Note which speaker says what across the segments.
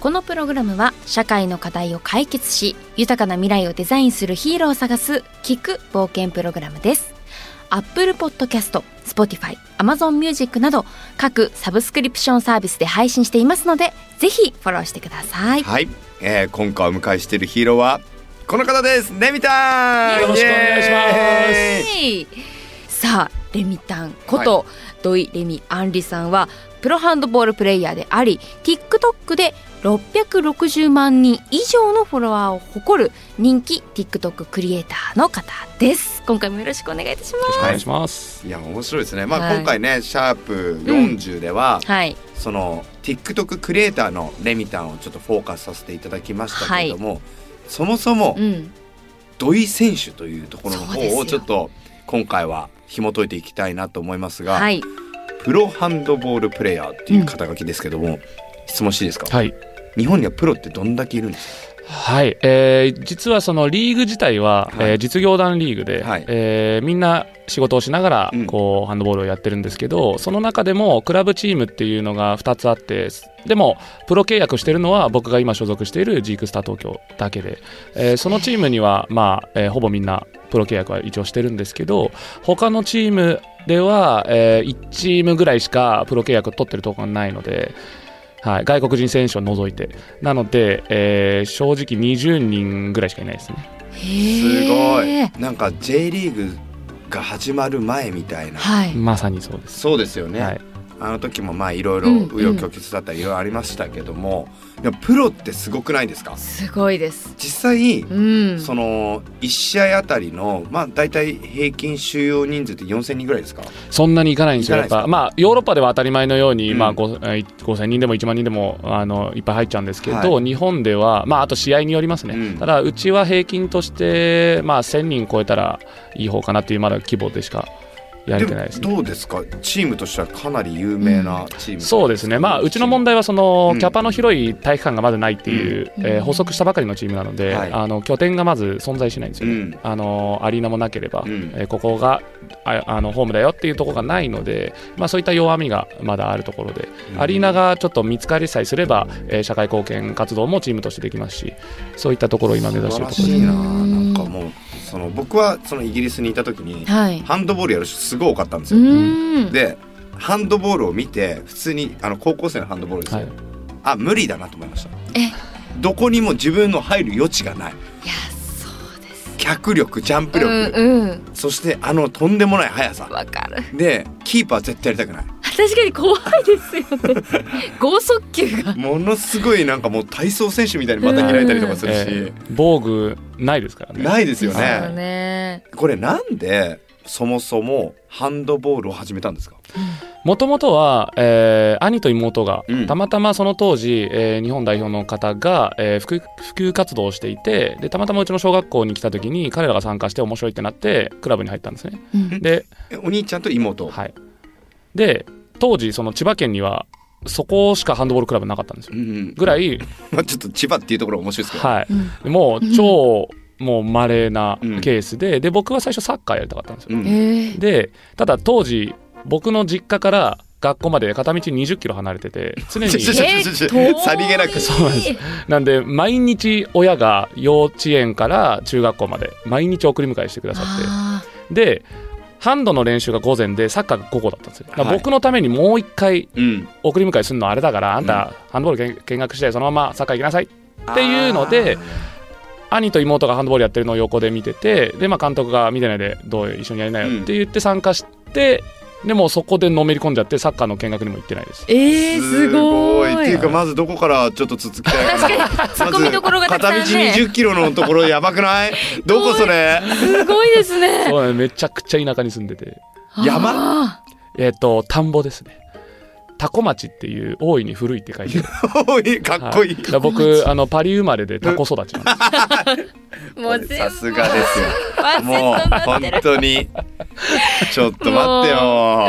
Speaker 1: このプログラムは社会の課題を解決し、豊かな未来をデザインするヒーローを探す、聞く冒険プログラムです。Apple Podcast、Spotify、Amazon Music など各サブスクリプションサービスで配信していますので、ぜひフォローしてください。
Speaker 2: はい、えー、今回お迎えしているヒーローはこの方です。ネミタン。
Speaker 3: よろしくお願いします
Speaker 2: イエーイ
Speaker 1: はいさあレミタンこと、土井レミアンリさんはプロハンドボールプレイヤーであり TikTok で660万人以上のフォロワーを誇る人気 TikTok クリエイターの方です今回もよろしくお願いいたします
Speaker 3: お願いします。
Speaker 2: いや面白いですね。まあ、
Speaker 1: はい
Speaker 2: 今回ねシャープ40では、
Speaker 1: はい
Speaker 2: その TikTok クリエイターのレミタンをちょっとフォーカスさせていただきましたけれども、そもそも
Speaker 1: うん
Speaker 2: 土井選手というところの
Speaker 1: そうです
Speaker 2: 方を
Speaker 1: よ
Speaker 2: ちょっと今回は紐解いていきたいなと思いますが、
Speaker 1: はい
Speaker 2: プロハンドボールプレイヤーっていう肩書きですけども、質問していいですか。
Speaker 3: はい。
Speaker 2: 日本にはプロってどんだけいるんです
Speaker 3: はい。えー実はそのリーグ自体は、
Speaker 2: はい
Speaker 3: えー実業団リーグで、
Speaker 2: はい
Speaker 3: えーみんな仕事をしながら
Speaker 2: うん、
Speaker 3: こう、ハンドボールをやってるんですけど、その中でも、クラブチームっていうのが2つあって、でも、プロ契約してるのは、僕が今所属しているジークスター東京だけで、えーそのチームには、まあ、えーほぼみんな、プロ契約は一応してるんですけど、他のチームでは、え1チームぐらいしかプロ契約を取ってるところがないので、はい、外国人選手を除いて。なので、えー正直20人ぐらいしかいないですね。
Speaker 2: すご
Speaker 1: へー
Speaker 2: いなんか J リーグが始まる前みたいな
Speaker 1: はい
Speaker 3: まさにそうです。
Speaker 2: そうですよね、
Speaker 3: はい、
Speaker 2: あの時もまあいろいろ
Speaker 1: うんうん
Speaker 2: 紆余曲折だったりいろいろありましたけども、いやプロってすごくないですか
Speaker 1: すごいです
Speaker 2: 実際、
Speaker 1: うん
Speaker 2: その1試合あたりのまあ大体平均収容人数って4000人ぐらいですか
Speaker 3: そんなにいかないんですよ。
Speaker 2: い
Speaker 3: や
Speaker 2: かないですか
Speaker 3: っぱ、まあ、ヨーロッパでは当たり前のように、
Speaker 2: うん
Speaker 3: まあ、ごえー5000人でも1万人でも、あの、いっぱい入っちゃうんですけど、
Speaker 2: は
Speaker 3: 日本では、まあ、あと試合によりますね。
Speaker 2: うん
Speaker 3: ただ、うちは平均として、まあ、1000人超えたらいい方かなっていう、まだ規模でしかやれてないですね。
Speaker 2: もどうですかチームとしてはかなり有名なチーム、
Speaker 3: そうですね、まあ、うちの問題はその、
Speaker 2: うん
Speaker 3: キャパの広い体育館がまずないっていう、
Speaker 1: うん
Speaker 3: えー発足したばかりのチームなので、
Speaker 2: はい
Speaker 3: あの拠点がまず存在しないんですよね、
Speaker 2: うん
Speaker 3: あのアリーナもなければ、
Speaker 2: うん
Speaker 3: えーここがああのホームだよっていうところがないので、まあ、そういった弱みがまだあるところで、
Speaker 2: うん
Speaker 3: アリーナがちょっと見つかりさえすれば、えー社会貢献活動もチームとしてできますし、そういったところを今目指して
Speaker 2: 素
Speaker 3: い
Speaker 2: 晴
Speaker 3: る
Speaker 2: ら
Speaker 3: ところ
Speaker 2: しいななんか
Speaker 1: うん
Speaker 2: もうその僕はそのイギリスにいた時に、
Speaker 1: はい
Speaker 2: ハンドボールやる人すごい多かったんです
Speaker 1: う
Speaker 2: よ、
Speaker 1: ん
Speaker 2: でハンドボールを見て普通にあの高校生のハンドボールですよ、
Speaker 3: はい
Speaker 2: あ無理だなと思いました
Speaker 1: え
Speaker 2: どこにも自分の入る余地がない
Speaker 1: いやそうです
Speaker 2: 脚力ジャンプ力、
Speaker 1: うんうん
Speaker 2: そしてあのとんでもない速さ
Speaker 1: わかる
Speaker 2: でキーパー絶対やりたくない
Speaker 1: 確かに怖いですよね剛速球が
Speaker 2: ものすごいなんかもう体操選手みたいにまた切られたりとかするし、
Speaker 3: えー防具ないですからね。
Speaker 2: ないですよ
Speaker 1: そうだ
Speaker 2: ね
Speaker 1: ね
Speaker 2: これなんでそもそもハンドボールを始めたんですか
Speaker 3: もともとは、えー兄と妹が、
Speaker 2: うん
Speaker 3: たまたまその当時、えー日本代表の方が、えー普及普及活動をしていてでたまたまうちの小学校に来た時に彼らが参加して面白いってなってクラブに入ったんですね
Speaker 1: うん
Speaker 3: で,、
Speaker 2: えお兄ちゃんと妹、
Speaker 3: はい、で当時その千葉県にはそこしかハンドボールクラブなかったんですよ
Speaker 2: うん
Speaker 3: ぐらい、
Speaker 2: まあ、ちょっと千葉っていうところが面白いですけど、
Speaker 3: はい、
Speaker 1: うん
Speaker 3: もう超もう稀な
Speaker 2: うん
Speaker 3: ケースでで僕は最初サッカーやりたかったんですよ、
Speaker 2: うん
Speaker 1: ええ
Speaker 3: でただ当時僕の実家から学校まで片道2 0キロ離れてて常 に
Speaker 2: ちょちょちょちょ
Speaker 1: 遠い
Speaker 2: さりげなく
Speaker 3: そうなんですなんで毎日親が幼稚園から中学校まで毎日送り迎えしてくださっ
Speaker 1: あ
Speaker 3: てでハンドの練習が午前でサッカーが午後だったんですよ、だから
Speaker 2: はい
Speaker 3: 僕のためにもう一回
Speaker 2: うん、
Speaker 3: 送り迎えするのはあれだからあんたハンドボール見見学してそのままサッカー行きなさいっていうので兄と妹がハンドボールやってるのを横で見ててで、まあ、監督が見てないでどう一緒にやりなよって言って参加して、でもうそこでのめり込んじゃってサッカーの見学にも行ってない です
Speaker 1: ー えーすごい
Speaker 2: っていうかまずどこからちょっと続きたいかな確
Speaker 1: 突っ込みどころがたくさんね
Speaker 2: 片道20キロのところやばく ないどこそれ
Speaker 1: すごいですね
Speaker 3: そうめちゃくちゃ田舎に住んでて
Speaker 2: 山
Speaker 1: あ
Speaker 3: えっ、と田んぼですねタコ町っていう大いに古 いって書いてある
Speaker 2: おいかっこいい、
Speaker 3: はだから僕あのパリ生まれでタコ育ちなんで
Speaker 1: もう全部
Speaker 2: さすがですよ
Speaker 1: パーセン
Speaker 2: もう
Speaker 1: トになっ
Speaker 2: 本
Speaker 1: てる
Speaker 2: 当にちょっと待ってよ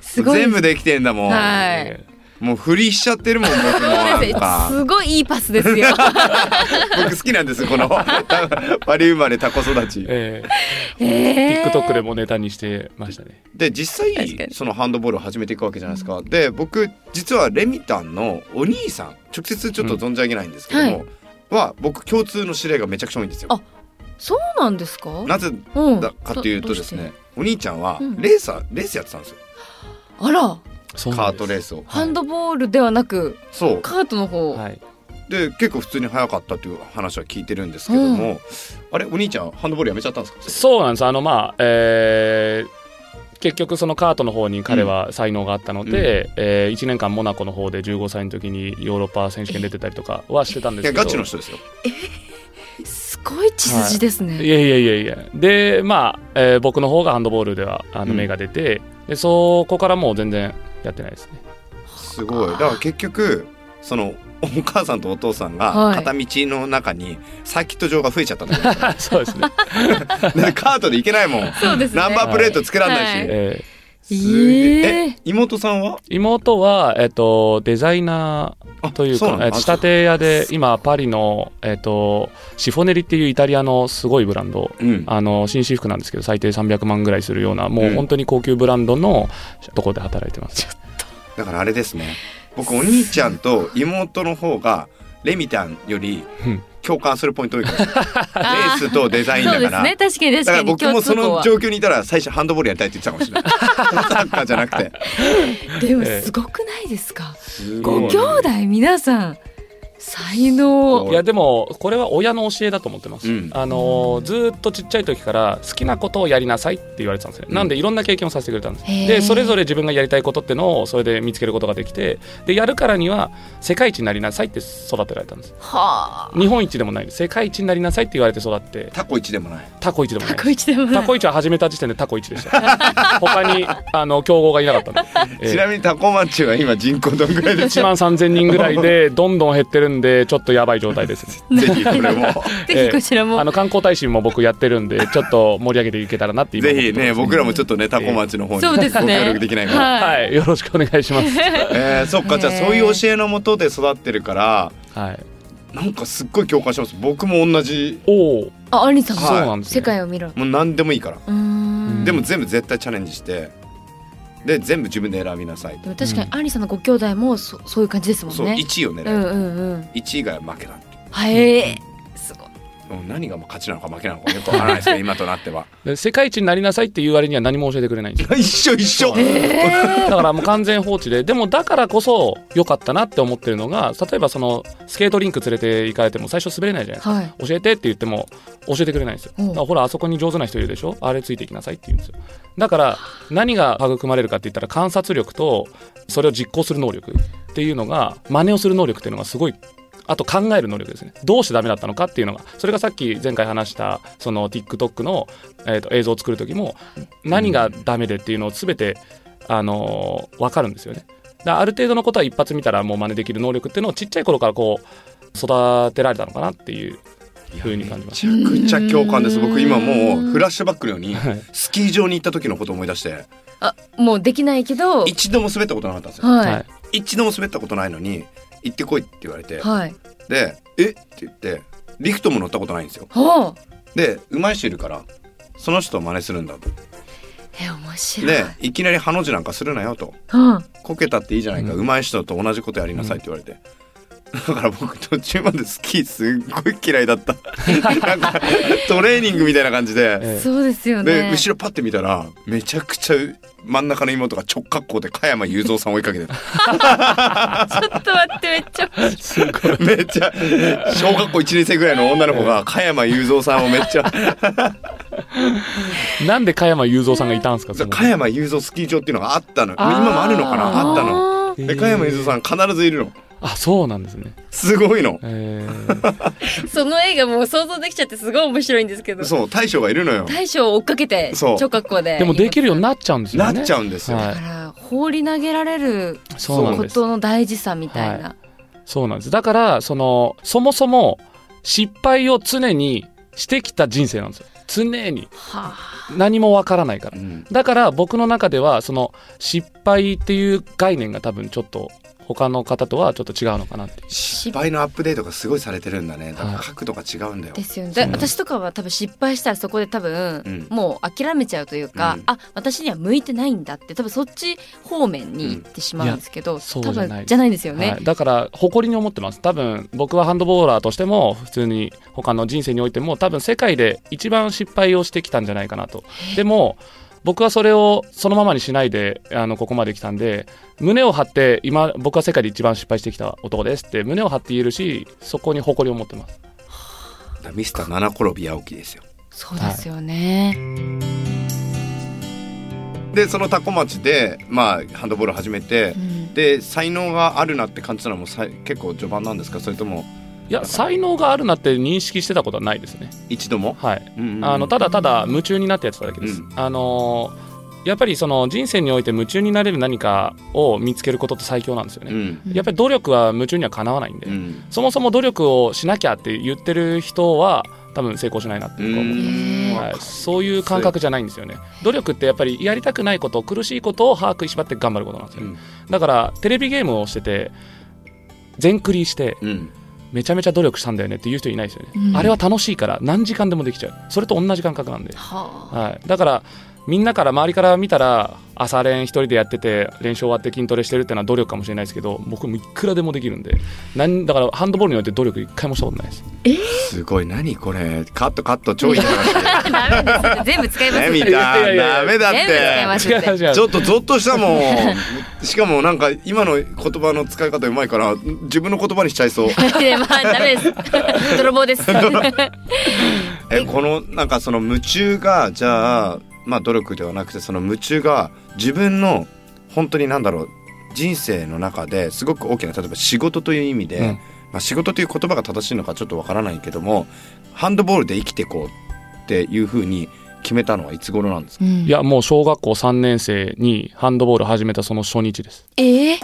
Speaker 1: すごい
Speaker 2: 全部できてんだもん、
Speaker 1: はい
Speaker 2: もう振りしちゃってるもん僕も
Speaker 1: そう
Speaker 2: な
Speaker 1: で
Speaker 2: ん
Speaker 1: すね
Speaker 2: か
Speaker 1: すごいいいパスですよ
Speaker 2: 僕好きなんですこ のパリ生まれタコ育ち
Speaker 3: え
Speaker 1: え
Speaker 3: え
Speaker 1: ー
Speaker 3: TikTok でもネタにしてましたね。
Speaker 2: で実
Speaker 1: 確かに
Speaker 2: 際そのハンドボールを始めていくわけじゃないですかで僕実はレミたんのお兄さん直接ちょっと存じ上げないんですけども、
Speaker 1: う
Speaker 2: は僕共通の知り合いがめちゃくちゃ多いんですよ
Speaker 1: あ。そうなんですか
Speaker 2: なぜ
Speaker 1: うん
Speaker 2: だかっていうとです
Speaker 1: どど
Speaker 2: ね
Speaker 1: して、
Speaker 2: お兄ちゃんは
Speaker 1: うん
Speaker 2: レーサー、レースやってたんですよ。
Speaker 1: あら
Speaker 3: そう
Speaker 2: カ
Speaker 3: な
Speaker 2: ー
Speaker 3: んです
Speaker 2: トレースを。
Speaker 1: ハンドボールではなく
Speaker 2: そう。
Speaker 1: カートの方、
Speaker 3: はい。
Speaker 2: で結構普通に速かったという話は聞いてるんですけども、あれお兄ちゃんハンドボールやめちゃったんですか。
Speaker 3: そうなんです。あのまあ、えー結局そのカートの方に彼は才能があったので、え1年間モナコの方で15歳の時にヨーロッパ選手権出てたりとかはしてたんで
Speaker 2: い
Speaker 3: す
Speaker 2: や
Speaker 3: けど。
Speaker 2: ガチの人ですよ。
Speaker 1: すごい血筋ですね、
Speaker 3: いやいやいやいやでまあ、えー僕の方がハンドボールではあの
Speaker 2: うん
Speaker 3: 芽が出て、でそこからもう全然やってないですね
Speaker 2: すごい。だから結局そのお母さんとお父さん
Speaker 1: は
Speaker 2: が
Speaker 1: い
Speaker 2: 片道の中にサーキット場が増えちゃったんだよ
Speaker 3: あ そうですね、
Speaker 2: でカートで行けないもん。
Speaker 1: そうですね
Speaker 2: ナンバープレートつけらんないし。
Speaker 1: はい
Speaker 3: えー
Speaker 2: すげえ
Speaker 1: ええ
Speaker 2: え妹さんは
Speaker 3: 妹は、えっとデザイナーという
Speaker 2: あそうな
Speaker 3: か
Speaker 2: んだ
Speaker 3: えー仕立て屋で今パリの、えっとシフォネリっていうイタリアのすごいブランド
Speaker 2: うん。
Speaker 3: あの紳士服なんですけど最低300万ぐらいするようなもううん本当に高級ブランドのところで働いてます、
Speaker 2: だからあれですね僕お兄ちゃんと妹の方がレミタンより
Speaker 3: うん
Speaker 2: 共感するポイント多い からレ
Speaker 1: あ
Speaker 2: ースとデザイン
Speaker 1: そう
Speaker 2: だ
Speaker 1: で
Speaker 2: か
Speaker 1: す
Speaker 2: ら
Speaker 1: ね確かに
Speaker 2: だか
Speaker 1: 確からに
Speaker 2: 僕もその
Speaker 1: 共通
Speaker 2: 状況にいたら最初ハンドボールやりたいって言ってたかもしれないサッカーじゃ なくて
Speaker 1: 項はでも
Speaker 3: ええ
Speaker 1: すごくないですか、
Speaker 2: ご
Speaker 1: ご
Speaker 2: い
Speaker 1: 兄弟皆さん才能
Speaker 3: いやでもこれは親の教えだと思ってます、
Speaker 2: うん
Speaker 3: あのーずーっとちっちゃい時から好きなことをやりなさいって言われてたんですね、
Speaker 2: うん
Speaker 3: なんでいろんな経験をさせてくれたんです
Speaker 1: へー
Speaker 3: でそれぞれ自分がやりたいことってのをそれで見つけることができてでやるからには世界一になりなさいって育てられたんです
Speaker 1: はあ
Speaker 3: 日本一でもない世界一になりなさいって言われて育って
Speaker 2: タコ一でもない
Speaker 3: タコ一でもない
Speaker 1: 過去一でもな
Speaker 3: タ
Speaker 1: い
Speaker 3: コ一は始めた時点でタコ一で した他にあの競合がいなかったん で、えー
Speaker 2: ちなみにタコマッチは今人口どんぐらいでし
Speaker 3: 1
Speaker 2: ょ
Speaker 3: 万3000人ぐらいでどんどん減ってるんでちょっとやばい状態ですね
Speaker 2: ぜひこ れも
Speaker 1: ぜひこちら
Speaker 3: ええあ
Speaker 1: も
Speaker 3: の観光大使も僕やってる んでちょっと盛り上げていけたらなって今
Speaker 2: ぜ
Speaker 3: 思って
Speaker 2: ひね僕らもちょっとねタコマッチの方に
Speaker 1: そう
Speaker 2: ご
Speaker 1: で
Speaker 2: 協
Speaker 1: すね
Speaker 2: 力できないかな、
Speaker 1: は
Speaker 3: はいよろしくお願い します
Speaker 2: えーそっかじゃあそういう教えのもとで育ってるから
Speaker 3: はい
Speaker 2: なんかすっごい共感します僕も同じ
Speaker 3: おお
Speaker 1: あアリさんも、
Speaker 3: そうなんですね
Speaker 1: 世界を見ろう
Speaker 2: もう何でもいいから
Speaker 1: ーん
Speaker 2: で
Speaker 1: でも
Speaker 2: も全部絶対チャレンジしてで全部自分で選びなさいと
Speaker 1: 確かにアリさんのご兄弟もそそういう感じですもん
Speaker 2: そう
Speaker 1: ね
Speaker 2: 1位を狙
Speaker 1: うん
Speaker 2: え
Speaker 1: うんうん
Speaker 2: 1位が負けだって
Speaker 1: はい、すごい
Speaker 2: もう何が勝ちなのか負けなのかよくわからないですけど今となっては
Speaker 3: で世界一になりなさいっていう割には何も教えてくれないんですよ
Speaker 2: 一緒一緒
Speaker 3: だからもう完全放置ででもだからこそ良かったなって思ってるのが例えばそのスケートリンク連れて行かれても最初滑れないじゃないですか
Speaker 1: はい
Speaker 3: 教えてって言っても教えてくれないんですよ
Speaker 1: うん
Speaker 3: だからほらあそこに上手な人いるでしょあれついていきなさいって言うんですよだから何が育まれるかって言ったら観察力とそれを実行する能力っていうのが真似をする能力っていうのがすごいあと考える能力ですねどうしてダメだったのかっていうのがそれがさっき前回話したその TikTok の、えーと映像を作る時も何がダメでっていうのを全て、あのー分かるんですよねだからある程度のことは一発見たらもう真似できる能力っていうのをちっちゃい頃からこう育てられたのかなっていうふうに感じま
Speaker 2: め
Speaker 3: す
Speaker 2: ちゃくちゃ共感です僕今もうフラッシュバックのように
Speaker 3: はい
Speaker 2: スキー場に行った時のことを思い出して
Speaker 1: あもうできないけど
Speaker 2: 一度も滑ったことなかったんですよ
Speaker 1: はい
Speaker 3: はい
Speaker 2: 一度も滑ったことないのに行ってこいって言われて
Speaker 1: はい。
Speaker 2: でえって言ってリフトも乗ったことないんですよ
Speaker 1: はあ。
Speaker 2: で上手い人いるからその人を真似するんだと
Speaker 1: え、面白い。
Speaker 2: でいきなりハの字なんかするなよと
Speaker 1: は
Speaker 2: こけたっていいじゃないか、上手い人と同じことやりなさいって言われて、だから僕途中までスキーすっごい嫌いだった なんかトレーニングみたいな感じで、
Speaker 1: あ。そうですよね。
Speaker 2: で後ろパッて見たらめちゃくちゃ真ん中の妹が直角行で加山雄三さん追いかけてた
Speaker 1: ちょっと待って、めっちゃ。
Speaker 2: めっちゃ小学校1年生ぐらいの女の子が加山雄三さんをめっちゃ
Speaker 3: なんで加山雄三さんがいたんですかその
Speaker 2: 加山雄三スキー場っていうのがあったの
Speaker 3: あー
Speaker 2: 今もあるのかなあったの
Speaker 1: あ
Speaker 3: へー
Speaker 2: で加山雄三さん必ずいるの
Speaker 3: あそうなんですね、
Speaker 2: すごいの
Speaker 3: えー
Speaker 1: ーその映画もう想像できちゃってすごい面白いんですけど。
Speaker 2: そう大将がいるのよ
Speaker 1: 大将を追っかけて、
Speaker 2: そう
Speaker 1: 小学校で。
Speaker 3: でもできるようになっちゃうんですよね
Speaker 2: なっちゃうんですよ
Speaker 3: は
Speaker 1: だから、放り投げられる
Speaker 3: い、そうなん
Speaker 1: こ
Speaker 3: です
Speaker 1: との大事さみたいな。
Speaker 3: そうなんですだからそのそもそも失敗を常にしてきた人生なんですよ常に
Speaker 1: はあ
Speaker 3: 何もわからないから、
Speaker 2: ん
Speaker 3: だから僕の中ではその失敗っていう概念が多分ちょっと他の方とはちょっと違うのかなって
Speaker 2: 失敗のアップデートがすごいされてるんだねだから角度が違うんだよ、
Speaker 1: ですよねで私とかは多分失敗したらそこで多分、
Speaker 2: うん
Speaker 1: もう諦めちゃうというか、
Speaker 2: うん
Speaker 1: あ私には向いてないんだって多分そっち方面に行ってしまうんですけど、
Speaker 3: そうじ
Speaker 1: 多
Speaker 3: ゃな
Speaker 1: 分
Speaker 3: い
Speaker 1: じゃないですよね、
Speaker 3: はい、だから誇りに思ってます多分僕はハンドボーラーとしても普通に他の人生においても多分世界で一番失敗をしてきたんじゃないかなとでも僕はそれをそのままにしないであのここまで来たんで胸を張って今僕は世界で一番失敗してきた男ですって胸を張って言えるしそこに誇りを持ってます
Speaker 2: だからミスター七転び八起きですよ
Speaker 1: そうですよね、
Speaker 2: でそのタコ町で、まあ、ハンドボール始めて、
Speaker 1: うん
Speaker 2: で才能があるなって感じたのもさい結構序盤なんですかそれとも
Speaker 3: いや才能があるなって認識してたことはないですね
Speaker 2: 一度も、
Speaker 3: はい
Speaker 2: うんうん
Speaker 3: あのただただ夢中になってやってただけです。
Speaker 2: う
Speaker 3: あのーやっぱりその人生において夢中になれる何かを見つけることって最強なんですよ
Speaker 2: う
Speaker 3: ね。
Speaker 2: ん
Speaker 3: やっぱり努力は夢中にはかなわないんで、
Speaker 2: うん
Speaker 3: そもそも努力をしなきゃって言ってる人は多分成功しないなっていうか思う
Speaker 1: へー
Speaker 3: はい、そういう感覚じゃないんですよね努力ってやっぱりやりたくないこと苦しいことを歯食いしばって頑張ることなんですよ、
Speaker 2: うん
Speaker 3: だからテレビゲームをしてて全クリして
Speaker 2: うん
Speaker 3: めちゃめちゃ努力したんだよねっていう人いないですよね、
Speaker 1: うん
Speaker 3: あれは楽しいから何時間でもできちゃうそれと同じ感覚なんで
Speaker 1: はあ
Speaker 3: はい、だからみんなから周りから見たら朝練一人でやってて練習終わって筋トレしてるってのは努力かもしれないですけど僕もいくらでもできるんでなんだからハンドボールにおいて努力一回もしたことないです
Speaker 2: すごい何これカットカット超いい話
Speaker 1: ダメです全部使います
Speaker 2: ねみ
Speaker 1: 全
Speaker 2: た
Speaker 1: 部
Speaker 2: いなダメだっ
Speaker 1: 使いま
Speaker 2: て
Speaker 1: すって
Speaker 3: 違う違う
Speaker 2: ちょっとゾッとしたもんしかもなんか今の言葉の使い方うまいから自分の言葉にしちゃいそう
Speaker 1: で まあダメです泥棒です
Speaker 2: えこのなんかその夢中がじゃあまあ努力ではなくてその夢中が自分の本当になんだろう人生の中ですごく大きな例えば仕事という意味で、
Speaker 3: うん
Speaker 2: まあ、仕事という言葉が正しいのかちょっとわからないけどもハンドボールで生きていこうっていうふうに決めたのはいつ頃なんですか
Speaker 3: いやもう小学校3年生にハンドボール始めたその初日です、
Speaker 1: えー、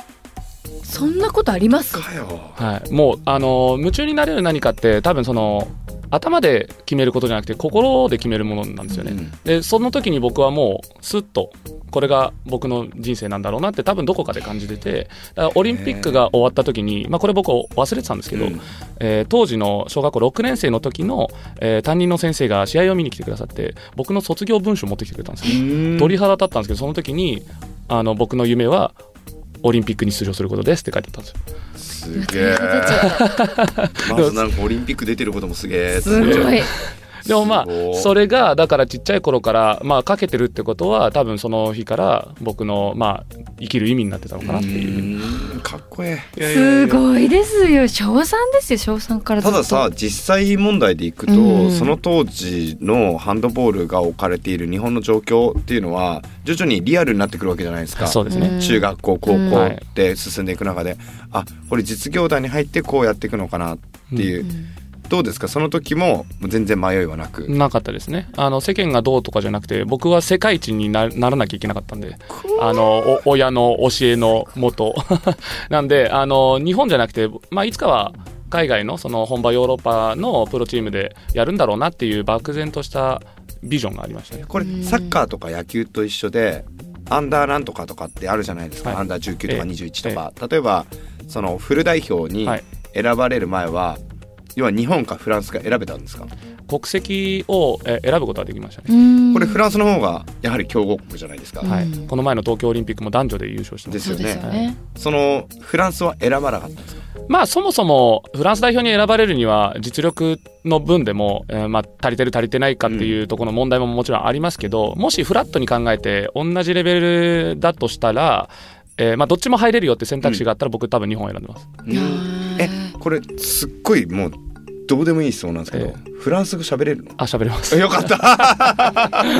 Speaker 1: そんなことあります
Speaker 2: かよ
Speaker 3: はい、もうあの夢中になれる何かって多分その頭で決めることじゃなくて心で決めるものなんですよね、
Speaker 2: うん
Speaker 3: でその時に僕はもうスッとこれが僕の人生なんだろうなって多分どこかで感じててだからオリンピックが終わった時に、まあ、これ僕忘れてたんですけど、
Speaker 2: うん
Speaker 3: えー当時の小学校6年生の時の、えー担任の先生が試合を見に来てくださって僕の卒業文集を持ってきてくれたんですよ鳥肌立ったんですけどその時にあの僕の夢はオリンピックに出場することですって書いてあったんですよ
Speaker 2: すげえ まずなんかオリンピック出てることもすげえ
Speaker 1: すごい
Speaker 3: でもまあ
Speaker 2: すごい
Speaker 3: それがだからちっちゃい頃からまあかけてるってことは多分その日から僕のまあ生きる意味になってたのかなっていう
Speaker 2: うんかっこええ
Speaker 1: すごいですよ小三ですよ小三からず
Speaker 2: た
Speaker 1: っと
Speaker 2: ださ実際問題でいくと、
Speaker 1: うん
Speaker 2: その当時のハンドボールが置かれている日本の状況っていうのは徐々にリアルになってくるわけじゃないですか
Speaker 3: そうですね、
Speaker 1: ん
Speaker 2: 中学校高
Speaker 1: うん
Speaker 3: は
Speaker 2: 校
Speaker 3: い
Speaker 2: で進んでいく中で、あこれ実業団に入ってこうやっていくのかなっていう、どうですかその時も全然迷いはなく、
Speaker 3: なかったですねあの世間がどうとかじゃなくて僕は世界一になならなきゃいけなかったんであのお親の教えのもと なんであの日本じゃなくて、まあ、いつかは海外のその本場ヨーロッパのプロチームでやるんだろうなっていう漠然としたビジョンがありましたね
Speaker 2: これサッカーとか野球と一緒でアンダーなんとかとかってあるじゃないですか、
Speaker 3: はい
Speaker 2: アンダー19とか
Speaker 3: ええ
Speaker 2: 21とか、例えばそのフル代表に
Speaker 3: はい
Speaker 2: 選ばれる前は、要は日本かフランスか選べたんですか
Speaker 3: 国籍をえ選ぶことはできましたね、
Speaker 1: うん
Speaker 2: これフランスの方がやはり強豪国じゃないですか、
Speaker 1: ん
Speaker 3: はい
Speaker 1: うん、
Speaker 3: この前の東京オリンピックも男女で優勝してます
Speaker 2: です
Speaker 1: そう
Speaker 2: よ
Speaker 1: ですよ
Speaker 2: ね
Speaker 1: ね
Speaker 2: そのフランスは選ばなかったんですか
Speaker 3: まあそもそもフランス代表に選ばれるには実力の分でも、えーまあ、足りてる足りてないかっていうところの問題ももちろんありますけど、もしフラットに考えて同じレベルだとしたら、えーまあ、どっちも入れるよって選択肢があったら僕多分日本を選んでます、
Speaker 1: うん
Speaker 2: えこれすっごいもうどうでもいい質問なんですけど、
Speaker 3: え
Speaker 2: フランス語喋れるの
Speaker 3: あ喋れます
Speaker 2: よかった
Speaker 1: なん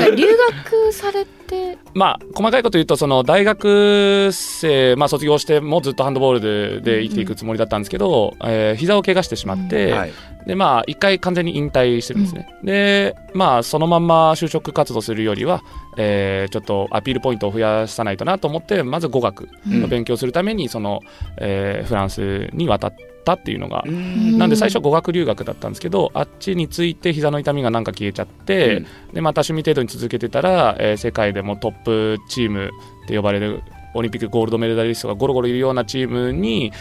Speaker 1: か留学されて
Speaker 3: まあ、細かいこと言うとその大学生、まあ、卒業してもずっとハンドボールでで生きていくつもりだったんですけど、えー膝を怪我してしまって、
Speaker 2: はい
Speaker 3: でまあ一回完全に引退してるんですね、でまあそのまんま就職活動するよりは、えーちょっとアピールポイントを増やさないとなと思ってまず語学の勉強するためにその、えーフランスに渡っったっていうのが
Speaker 2: うん
Speaker 3: なんで最初語学留学だったんですけどあっちについて膝の痛みがなんか消えちゃって、でまた趣味程度に続けてたら、えー世界でもトップチームって呼ばれるオリンピックゴールドメダリストがゴロゴロいるようなチームに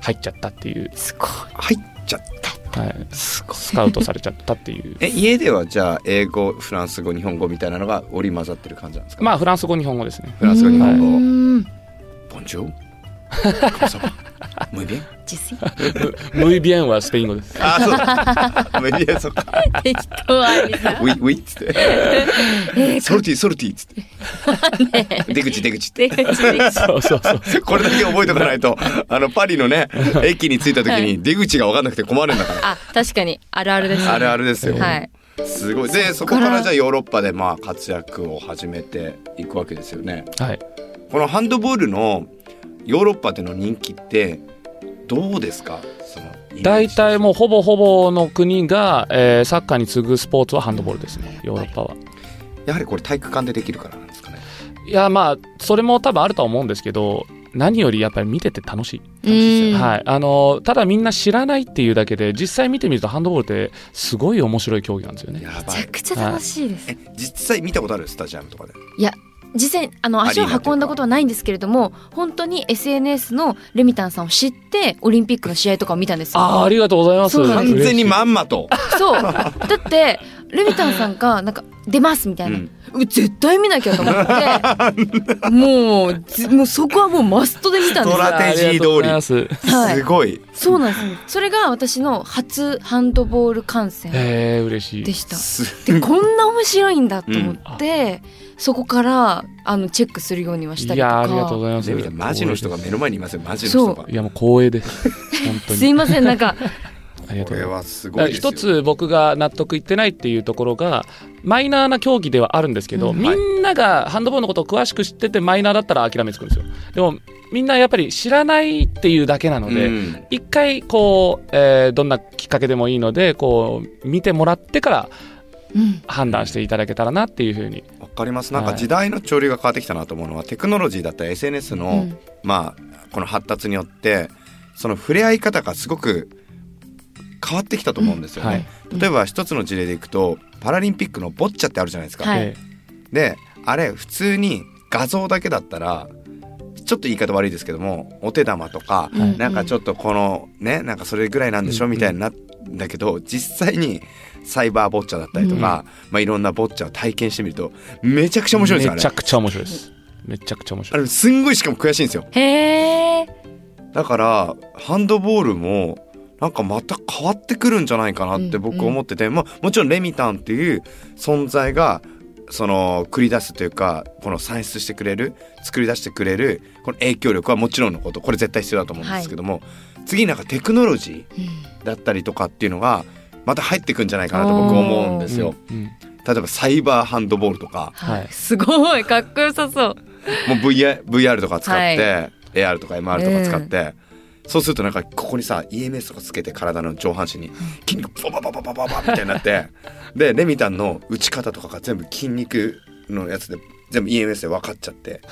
Speaker 3: 入っちゃったっていう、
Speaker 1: すごい
Speaker 2: 入っちゃった
Speaker 3: はい、
Speaker 2: すごい
Speaker 3: スカウトされちゃったっ ていう
Speaker 2: え家ではじゃあ英語フランス語日本語みたいなのが織り交ざってる感じなんですか
Speaker 3: まあフランス語日本語ですね
Speaker 2: フランス語日本 語
Speaker 1: 本語
Speaker 2: ボンジョーコンサバムイビエン
Speaker 1: 実
Speaker 3: ムイビエンはスペイン語です
Speaker 2: あそう だムイビエンそっか
Speaker 1: 適当あり さ
Speaker 2: ウィウィっつってソルティソルテ ィっつって出口出口って
Speaker 1: 出口出口
Speaker 3: そうそうそう
Speaker 2: これだけ覚えておかないとあのパリのね駅に着いた時に出口が分かんなくて困るんだから
Speaker 1: あ確かにあるあるです、ね、
Speaker 2: あるあるですよ
Speaker 1: はい
Speaker 2: すごいでそこからじゃあヨーロッパでまあ活躍を始めていくわけですよね
Speaker 3: はい
Speaker 2: このハンドボールのヨーロッパでの人気ってどうですかその
Speaker 3: 大体もうほぼほぼの国が、えーサッカーに次ぐスポーツはハンドボールですねヨーロッパは
Speaker 2: やはりこれ体育館でできるからなんですかね
Speaker 3: いやまあそれも多分あるとは思うんですけど何よりやっぱり見てて楽しい、
Speaker 1: うん
Speaker 3: はい、あのただみんな知らないっていうだけで実際見てみるとハンドボールってすごい面白い競技なんですよね
Speaker 2: や
Speaker 1: め
Speaker 2: ば
Speaker 1: ちゃ
Speaker 2: い
Speaker 1: くちゃ楽しいです、
Speaker 2: え実際見たことあるスタジアムとかで
Speaker 1: いや実際にあの足を運んだことはないんですけれども本当に SNS のレミタンさんを知ってオリンピックの試合とかを見たんですよ。
Speaker 3: あーありがとうございます
Speaker 1: そうなん
Speaker 2: 完
Speaker 1: です
Speaker 2: 全にまんまと、
Speaker 1: そうだってレミタンさんがなんか出ますみた
Speaker 2: う
Speaker 1: いな、
Speaker 2: ん、
Speaker 1: う絶対見なきゃと思ってもうずもうそこはもうマストで見たんです
Speaker 2: トラテ
Speaker 1: よ。
Speaker 2: ジー通り
Speaker 3: 通り
Speaker 1: はい
Speaker 2: すごい
Speaker 1: そうなんですそれが私の初ハンドボール観戦
Speaker 3: えー、嬉しい
Speaker 1: でした。
Speaker 2: す
Speaker 1: でこんな面白いんだと思って、そこからあのチェックするようにはした
Speaker 3: い
Speaker 1: りとか。
Speaker 3: やーありがとうございます
Speaker 2: レミさんマジの人が目の前にいますよマジの
Speaker 1: そ
Speaker 2: 人
Speaker 1: う
Speaker 2: が
Speaker 3: いやもう光栄です本当
Speaker 1: すい
Speaker 3: に
Speaker 1: ませんなんか
Speaker 3: ありが
Speaker 2: こと
Speaker 3: うござい
Speaker 2: れ
Speaker 3: ます
Speaker 2: はすご
Speaker 3: だ
Speaker 2: い
Speaker 3: から
Speaker 2: ですよ
Speaker 3: 一つ僕が納得いってないっていうところがマイナーな競技ではあるんですけ
Speaker 1: う
Speaker 3: ど、
Speaker 1: ん
Speaker 3: みんながハンドボールのことを詳しく知っててマイナーだったら諦めつくんですよでもみんなやっぱり知らないっていうだけなので、
Speaker 2: うん
Speaker 3: 一回こう、えーどんなきっかけでもいいのでこう見てもらってから
Speaker 1: うん
Speaker 3: 判断していただけたらなっていうふうに、
Speaker 2: わかりますなんか
Speaker 3: はい
Speaker 2: 時代の潮流が変わってきたなと思うのはテクノロジーだったり SNS の、
Speaker 1: うん
Speaker 2: まあこの発達によってその触れ合い方がすごく変わってきたと思うんですよね、
Speaker 3: うんはい
Speaker 2: 例えば一つの事例でいくとパラリンピックのボッチャってあるじゃないですか、
Speaker 1: はい
Speaker 3: え
Speaker 2: であれ普通に画像だけだったらちょっと言い方悪いですけどもお手玉とか、
Speaker 1: はい
Speaker 2: なんかちょっとこのねなんかそれぐらいなんでしょ
Speaker 3: うん
Speaker 2: みたいになったんだけど実際にサイバーボッチャだったりとか、まあ、いろんなボッチャを体験してみるとめちゃくちゃ面白いんですよあ
Speaker 3: めちゃ
Speaker 2: れ。
Speaker 3: くちゃ面白いですめちゃくちゃ面
Speaker 2: あ
Speaker 3: 白い
Speaker 2: れすんごいしかも悔しいんですよ
Speaker 1: へえ
Speaker 2: だからハンドボールもなんかまた変わってくるんじゃないかなって
Speaker 1: うん
Speaker 2: 僕
Speaker 1: うん
Speaker 2: 思ってて、まあ、もちろんレミタンっていう存在がその繰り出すというかこの算出してくれる作り出してくれるこの影響力はもちろんのことこれ絶対必要だと思うんですけども、次なんかテクノロジーだったりとかっていうのがまた入ってくんじゃないかなと僕思うんですよ。
Speaker 3: うんうん
Speaker 2: 例えばサイバーハンドボールとか
Speaker 3: はい
Speaker 1: すごいかっこよさそう
Speaker 2: もう VR, VR とか使って、
Speaker 1: は
Speaker 2: AR とか MR とか使って、そうするとなんかここにさ EMS とかつけて体の上半身に筋肉バババババババみたいになってでレミタンの打ち方とかが全部筋肉のやつで全部 EMS で分かっちゃって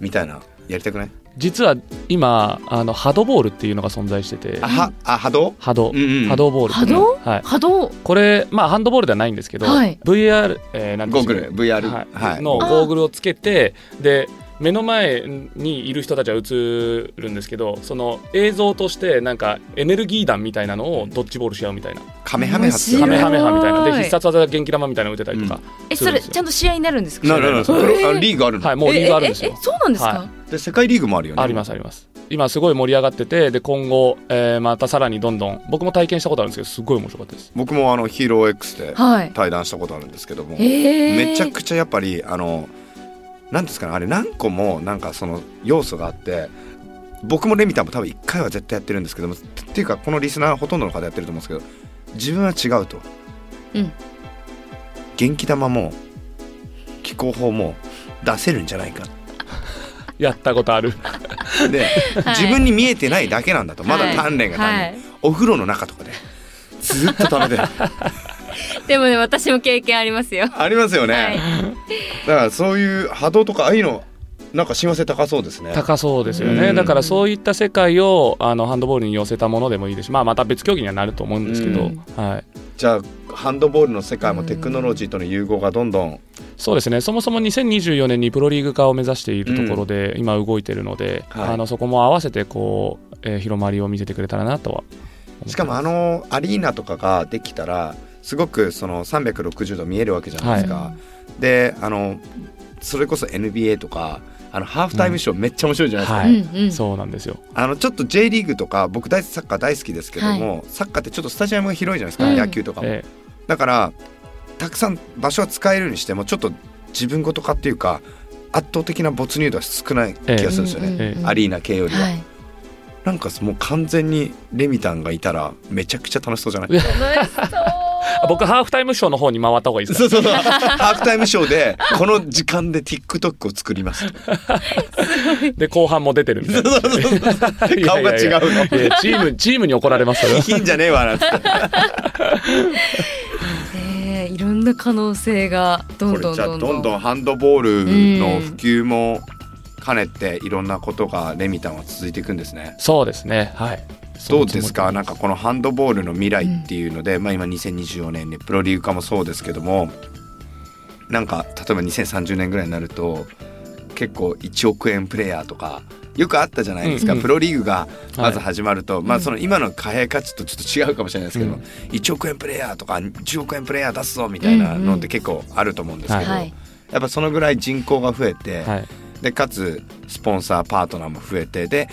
Speaker 2: みたいなやりたくない
Speaker 3: 実は今あのハドボールっていうのが存在してて
Speaker 2: あはあ波動
Speaker 3: 波動、
Speaker 2: うんうん
Speaker 3: 波動ボールっ
Speaker 1: 波
Speaker 3: ていうの
Speaker 1: 動
Speaker 3: はい、
Speaker 1: 波動
Speaker 3: これ、まあ、ハンドボールではないんですけど、
Speaker 1: はい
Speaker 3: VR、えーなんていうんですか
Speaker 2: ゴーグル VR
Speaker 3: はい
Speaker 2: はい
Speaker 3: のゴーグルをつけてで目の前にいる人たちは映るんですけどその映像としてなんかエネルギー弾みたいなのをドッジボールし合うみたいな
Speaker 2: カメハメ発
Speaker 1: 面白
Speaker 3: カメ
Speaker 1: い
Speaker 3: ハメハみたいなで必殺技が元気玉みたいなの打てたりとか、
Speaker 1: え
Speaker 3: す
Speaker 1: そ
Speaker 3: るんで
Speaker 1: れ
Speaker 3: すよ
Speaker 1: ちゃんと試合になるんですか
Speaker 2: なるなる
Speaker 3: そう
Speaker 2: プロあリーグあるの、
Speaker 3: はい、もう理由があるんです
Speaker 1: え
Speaker 3: よ
Speaker 1: ええそうなんですか、
Speaker 3: は
Speaker 2: で世界リーグもあるよね
Speaker 3: ありますあります今すごい盛り上がっててで今後、えーまたさらにどんどん僕も体験したことあるんですけどすごい面白かったです
Speaker 2: 僕もあのヒーロー X で
Speaker 1: はい
Speaker 2: 対談したことあるんですけども、
Speaker 1: えー
Speaker 2: めちゃくちゃやっぱりあのなんですかねあれ何個もなんかその要素があって僕もレミタンも多分1回は絶対やってるんですけどもてっていうかこのリスナーほとんどの方やってると思うんですけど自分は違うと、
Speaker 1: うん
Speaker 2: 元気玉も気候法も出せるんじゃないか
Speaker 3: やったことある
Speaker 2: で、自分に見えてないだけなんだとまだ鍛錬が足りない、
Speaker 1: はい
Speaker 2: お風呂の中とかでずっと食 べてる
Speaker 1: でもね私も経験ありますよ
Speaker 2: ありますよね、
Speaker 1: はい
Speaker 2: だからそういう波動とかああいうのなんか親和性高そうですね
Speaker 3: 高そうですよね、
Speaker 2: うん
Speaker 3: だからそういった世界をあのハンドボールに寄せたものでもいいですし、まあ、また別競技にはなると思うんですけど、
Speaker 1: うん
Speaker 3: はい、
Speaker 2: じゃあハンドボールの世界もテクノロジーとの融合がどんどん
Speaker 3: そうですねそもそも2024年にプロリーグ化を目指しているところで、今動いているので、
Speaker 2: はい
Speaker 3: あのそこも合わせてこう、えー広まりを見せてくれたらなとは思ってます
Speaker 2: しかもあのアリーナとかができたらすごくその360度見えるわけじゃないですか、
Speaker 1: は
Speaker 2: であのそれこそ NBA とかあのハーフタイムショーめっちゃ面白いじゃないですか、
Speaker 3: はい、
Speaker 1: うんうん
Speaker 3: そうなんですよ
Speaker 2: あのちょっと J リーグとか僕大好きサッカー大好きですけども、サッカーってちょっとスタジアムが広いじゃないですか、
Speaker 1: うん
Speaker 2: 野球とかも、
Speaker 3: え
Speaker 2: だからたくさん場所は使えるにしてもちょっと自分ごとかっていうか圧倒的な没入度は少ない気がするんですよね、
Speaker 3: え
Speaker 2: アリーナ系よりは、
Speaker 1: はい
Speaker 2: なんかもう完全にレミたんがいたらめちゃくちゃ楽しそうじゃない
Speaker 3: え
Speaker 1: 楽しそう
Speaker 3: あ僕ハーフタイムショーの方に回った方がいいですか
Speaker 2: そうそうそう。ハーフタイムショーで、この時間で TikTok を作ります。
Speaker 3: で後半も出てるみ たいな
Speaker 2: 顔が違うの。
Speaker 3: いやチームチームに怒られますか ら
Speaker 2: いいんじゃねえわなっつって。
Speaker 1: ねえいろんな可能性がど
Speaker 2: こ
Speaker 1: ん
Speaker 2: れ
Speaker 1: どん
Speaker 2: じゃ
Speaker 1: ど
Speaker 2: あ
Speaker 1: ん
Speaker 2: ど
Speaker 1: ど
Speaker 2: ん
Speaker 1: ん
Speaker 2: どんハンドボールの普及も兼ねていろんなことがレミたんは続いていくんですね。
Speaker 3: そうですねはい
Speaker 2: どうですか
Speaker 3: その
Speaker 2: なんかこのハンドボールの未来っていうので、まあ今2024年でプロリーグ化もそうですけどもなんか例えば2030年ぐらいになると結構1億円プレイヤーとかよくあったじゃないですか、
Speaker 3: うんうん
Speaker 2: プロリーグがまず
Speaker 3: は
Speaker 2: 始まると、まあその今の貨幣価値とちょっと違うかもしれないですけど、
Speaker 3: うん
Speaker 2: 1億円プレイヤーとか10億円プレイヤー出すぞみたいなのって結構あると思うんですけど、
Speaker 1: はい
Speaker 2: やっぱそのぐらい人口が増えて、
Speaker 3: つもりはい
Speaker 2: でかつスポンサーパートナーも増えてで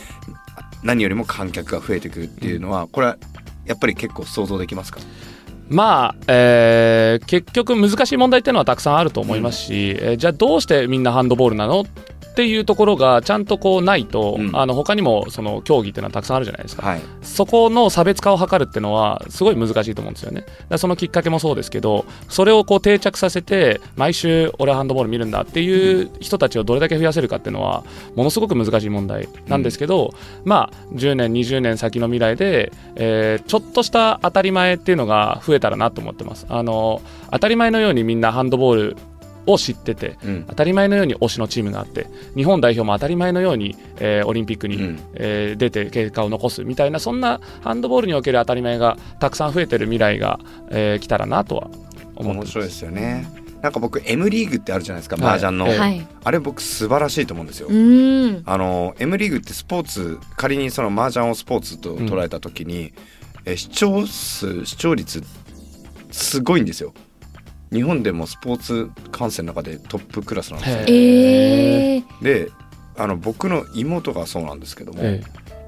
Speaker 2: 何よりも観客が増えてくるっていうのは、これはやっぱり結構想像できますか
Speaker 3: まあ、えー結局難しい問題っていうのはたくさんあると思いますし、えーじゃあどうしてみんなハンドボールなのっていうところがちゃんとこうないと、
Speaker 2: うん
Speaker 3: あの他にもその競技っていうのはたくさんあるじゃないですか、
Speaker 2: はい、
Speaker 3: そこの差別化を図るっていうのはすごい難しいと思うんですよねだからそのきっかけもそうですけどそれをこう定着させて毎週俺はハンドボール見るんだっていう人たちをどれだけ増やせるかっていうのはものすごく難しい問題なんですけど、まあ10年20年先の未来で、えーちょっとした当たり前っていうのが増えたらなと思ってますあの当たり前のようにみんなハンドボールを知ってて、
Speaker 2: うん
Speaker 3: 当たり前のように推しのチームがあって日本代表も当たり前のように、えーオリンピックに、
Speaker 2: うん
Speaker 3: えー出て結果を残すみたいなそんなハンドボールにおける当たり前がたくさん増えてる未来が、えー来たらなとは思って
Speaker 2: 面
Speaker 3: ます
Speaker 2: 白いですよねなんか僕 M リーグってあるじゃないですか
Speaker 3: はい
Speaker 2: 麻雀の、
Speaker 3: ええ
Speaker 1: はい
Speaker 2: あれ僕素晴らしいと思うんですよ、
Speaker 1: うーん
Speaker 2: あの M リーグってスポーツ仮にその麻雀をスポーツと捉えた時に、え視聴数視聴率すごいんですよ日本でもスポーツ観戦の中でトップクラスなんですよ
Speaker 3: へ
Speaker 1: ええ
Speaker 2: であの僕の妹がそうなんですけども、
Speaker 3: え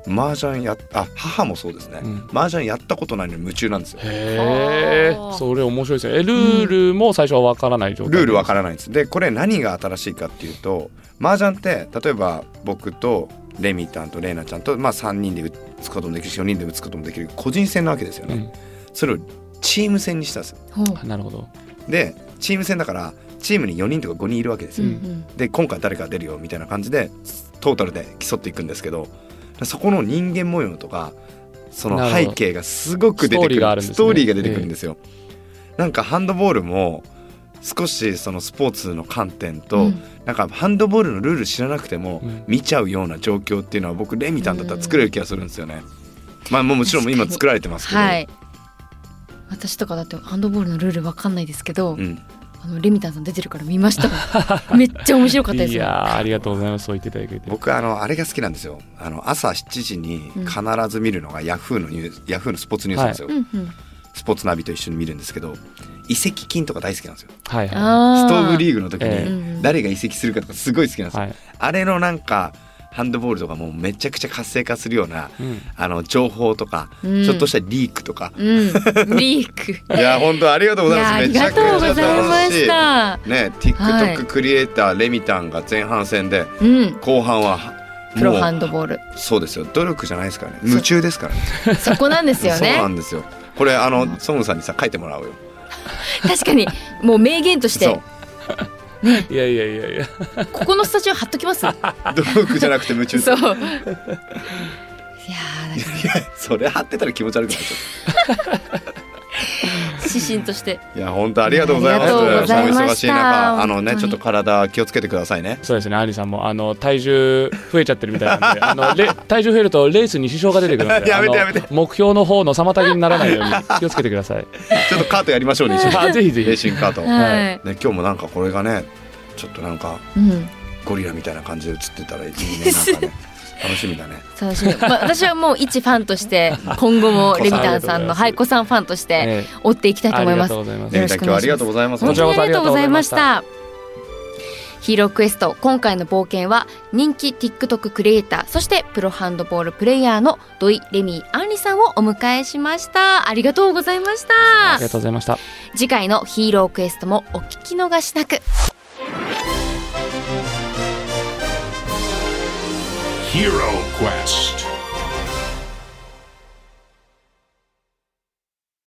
Speaker 2: 麻雀やっあ母もそうですね、
Speaker 3: うん
Speaker 2: 麻雀やったことないのに夢中なんですよ
Speaker 3: えへえ
Speaker 1: あー
Speaker 3: それ面白いですねえルールも最初は分からない状態
Speaker 2: ルールわ
Speaker 3: ら
Speaker 2: からないんですでこれ何が新しいかっていうと麻雀って例えば僕とレミたんとレイナちゃんと、まあ、3人で打つこともできるし4人で打つこともできる個人戦なわけですよね、それをチーム戦にしたんですよ
Speaker 1: ほう
Speaker 3: なるほど
Speaker 2: でチーム戦だからチームに4人とか5人いるわけです
Speaker 1: う
Speaker 2: よ、
Speaker 1: んうん
Speaker 2: で今回誰か出るよみたいな感じでトータルで競っていくんですけどそこの人間模様とかその
Speaker 3: なる
Speaker 2: 背
Speaker 3: ほど
Speaker 2: 景がすごく出てくる
Speaker 3: ストーリーがあるんですね
Speaker 2: ストーリーが出てくるんですよ、なんかハンドボールも少しそのスポーツの観点と、
Speaker 1: うん
Speaker 2: なんかハンドボールのルール知らなくても
Speaker 3: うん
Speaker 2: 見ちゃうような状況っていうのは僕レミたんだったら作れる気がするんですよね、まあもうもちろん今作られてますけど、
Speaker 1: はい私とかだってハンドボールのルールわかんないですけど、
Speaker 2: うん、
Speaker 1: あのレミタンさん出てるから見ましたもんめっちゃ面白かったです
Speaker 3: いやーありがとうございますそう言っていただけて
Speaker 2: 僕あのあれが好きなんですよあの朝7時に必ず見るのがヤフーのニュース、ヤフーのスポーツニュースなんですよ、
Speaker 1: うんうん
Speaker 2: スポーツナビと一緒に見るんですけど移籍金とか大好きなんですよ
Speaker 3: はいは
Speaker 2: ス
Speaker 1: あ
Speaker 2: トーブ
Speaker 1: ー
Speaker 2: リーグの時
Speaker 3: え
Speaker 2: に
Speaker 1: え
Speaker 2: 誰が移籍するかとかすごい好きなんで
Speaker 3: い
Speaker 2: すよ、
Speaker 3: はい、
Speaker 2: あれのなんかハンドボールとかもうめちゃくちゃ活性化するような
Speaker 3: うん
Speaker 2: あの情報とか、
Speaker 1: うん
Speaker 2: ちょっとしたリークとか、
Speaker 1: うんリーク
Speaker 2: いや本当ありがとうございます
Speaker 1: やあり
Speaker 2: めちゃ
Speaker 1: が
Speaker 2: く
Speaker 1: と
Speaker 2: ち
Speaker 1: う
Speaker 2: ゃ
Speaker 1: ござ
Speaker 2: 楽
Speaker 1: いま
Speaker 2: しい
Speaker 1: した
Speaker 2: ね
Speaker 1: はい
Speaker 2: TikTok クリエイターレミたんが前半戦で
Speaker 1: うん
Speaker 2: 後半は
Speaker 1: プロハ
Speaker 2: も
Speaker 1: ンドボール
Speaker 2: うそうですよ努力じゃないですからね夢中ですからね
Speaker 1: そこなんですよ
Speaker 2: そうな
Speaker 1: ね
Speaker 2: んですよこれあのソムさんにさ書いてもらおうよ
Speaker 1: 確かにもう名言として
Speaker 2: そう
Speaker 3: いやいやいやいや
Speaker 1: ここのスタジオ貼っときますそう
Speaker 2: 努力じゃなくて夢中
Speaker 1: いやーだ
Speaker 2: いやそれ貼ってたら気持ち悪くなっちゃう
Speaker 1: 指針として
Speaker 2: いや本当ありがとうございま
Speaker 1: あ
Speaker 2: す。
Speaker 1: りがとうございました
Speaker 2: お忙しい中、あの
Speaker 1: 本当
Speaker 2: ね
Speaker 1: に
Speaker 2: ちょっと体気をつけてくださいね。
Speaker 3: そうですね、アリさんもあの体重増えちゃってるみたいなんで、あのレ体重増えるとレースに支障が出てくるの で、
Speaker 2: やめて
Speaker 3: あの
Speaker 2: やめて
Speaker 3: 目標の方の妨げにならないように気をつけてください。
Speaker 2: ちょっとカートやりましょうね一緒に。
Speaker 3: あぜひぜひ
Speaker 2: レーシングカート。ね
Speaker 1: はい、
Speaker 2: 今日もなんかこれがねちょっとなんか
Speaker 1: うん
Speaker 2: ゴリラみたいな感じで映ってたらいいねなん かね楽しみだね。
Speaker 1: 楽しみ、まあ、私はもう一ファンとして今後もレミタンさんの
Speaker 3: あ
Speaker 1: はい
Speaker 3: り
Speaker 1: 子
Speaker 3: がと
Speaker 1: さんファンとし
Speaker 3: え
Speaker 1: て
Speaker 3: え
Speaker 1: 追っていきたいと
Speaker 3: あ
Speaker 1: 思い
Speaker 3: り
Speaker 1: ま
Speaker 3: が
Speaker 1: す
Speaker 3: とうございます。
Speaker 1: よ
Speaker 2: ね
Speaker 1: ろ
Speaker 2: みた
Speaker 1: し
Speaker 2: ん
Speaker 1: く
Speaker 2: 今
Speaker 1: お
Speaker 2: 日
Speaker 1: 願
Speaker 2: はい
Speaker 1: します
Speaker 2: ありがとうございます。
Speaker 3: こ
Speaker 1: 本
Speaker 3: ちら
Speaker 1: 当にあ
Speaker 3: こそ
Speaker 1: りがとうございまし
Speaker 3: あり
Speaker 1: たヒーロークエスト今回の冒険は人気 TikTok クリエイターそしてプロハンドボールプレイヤーの土井レミーアンリさんをお迎えしましたありがとうございました
Speaker 3: ありがとうございました。
Speaker 1: 次回のヒーロークエストもお聞き逃しなく
Speaker 4: Hero Quest.